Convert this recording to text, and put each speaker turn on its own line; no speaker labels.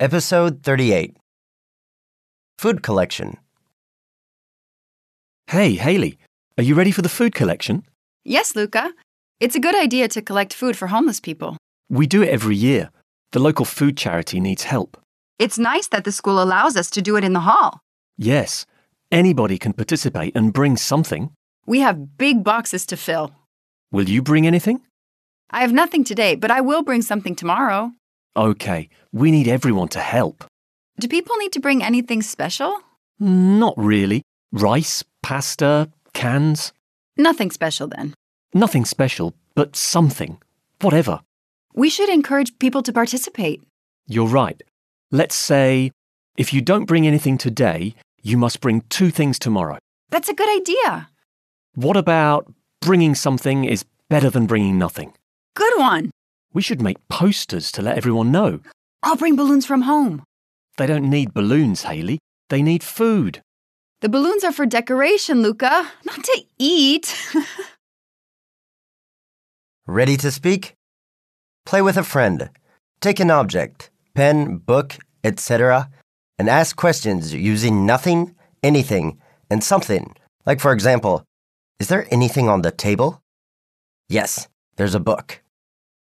Episode 38 Food Collection.
Hey, Haley, are you ready for the food collection?
Yes, Luca. It's a good idea to collect food for homeless people.
We do it every year. The local food charity needs help.
It's nice that the school allows us to do it in the hall.
Yes, anybody can participate and bring something.
We have big boxes to fill.
Will you bring anything?
I have nothing today, but I will bring something tomorrow.
Okay, we need everyone to help.
Do people need to bring anything special?
Not really. Rice, pasta, cans.
Nothing special then.
Nothing special, but something. Whatever.
We should encourage people to participate.
You're right. Let's say if you don't bring anything today, you must bring two things tomorrow.
That's a good idea.
What about bringing something is better than bringing nothing?
Good one.
We should make posters to let everyone know.
I'll bring balloons from home.
They don't need balloons, Haley. They need food.
The balloons are for decoration, Luca, not to eat.
Ready to speak? Play with a friend. Take an object, pen, book, etc., and ask questions using nothing, anything, and something. Like, for example, is there anything on the table? Yes, there's a book.